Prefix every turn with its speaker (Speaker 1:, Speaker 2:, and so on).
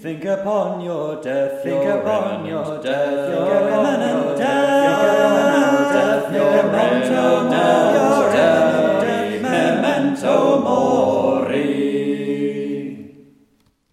Speaker 1: Think upon your death, think upon your death.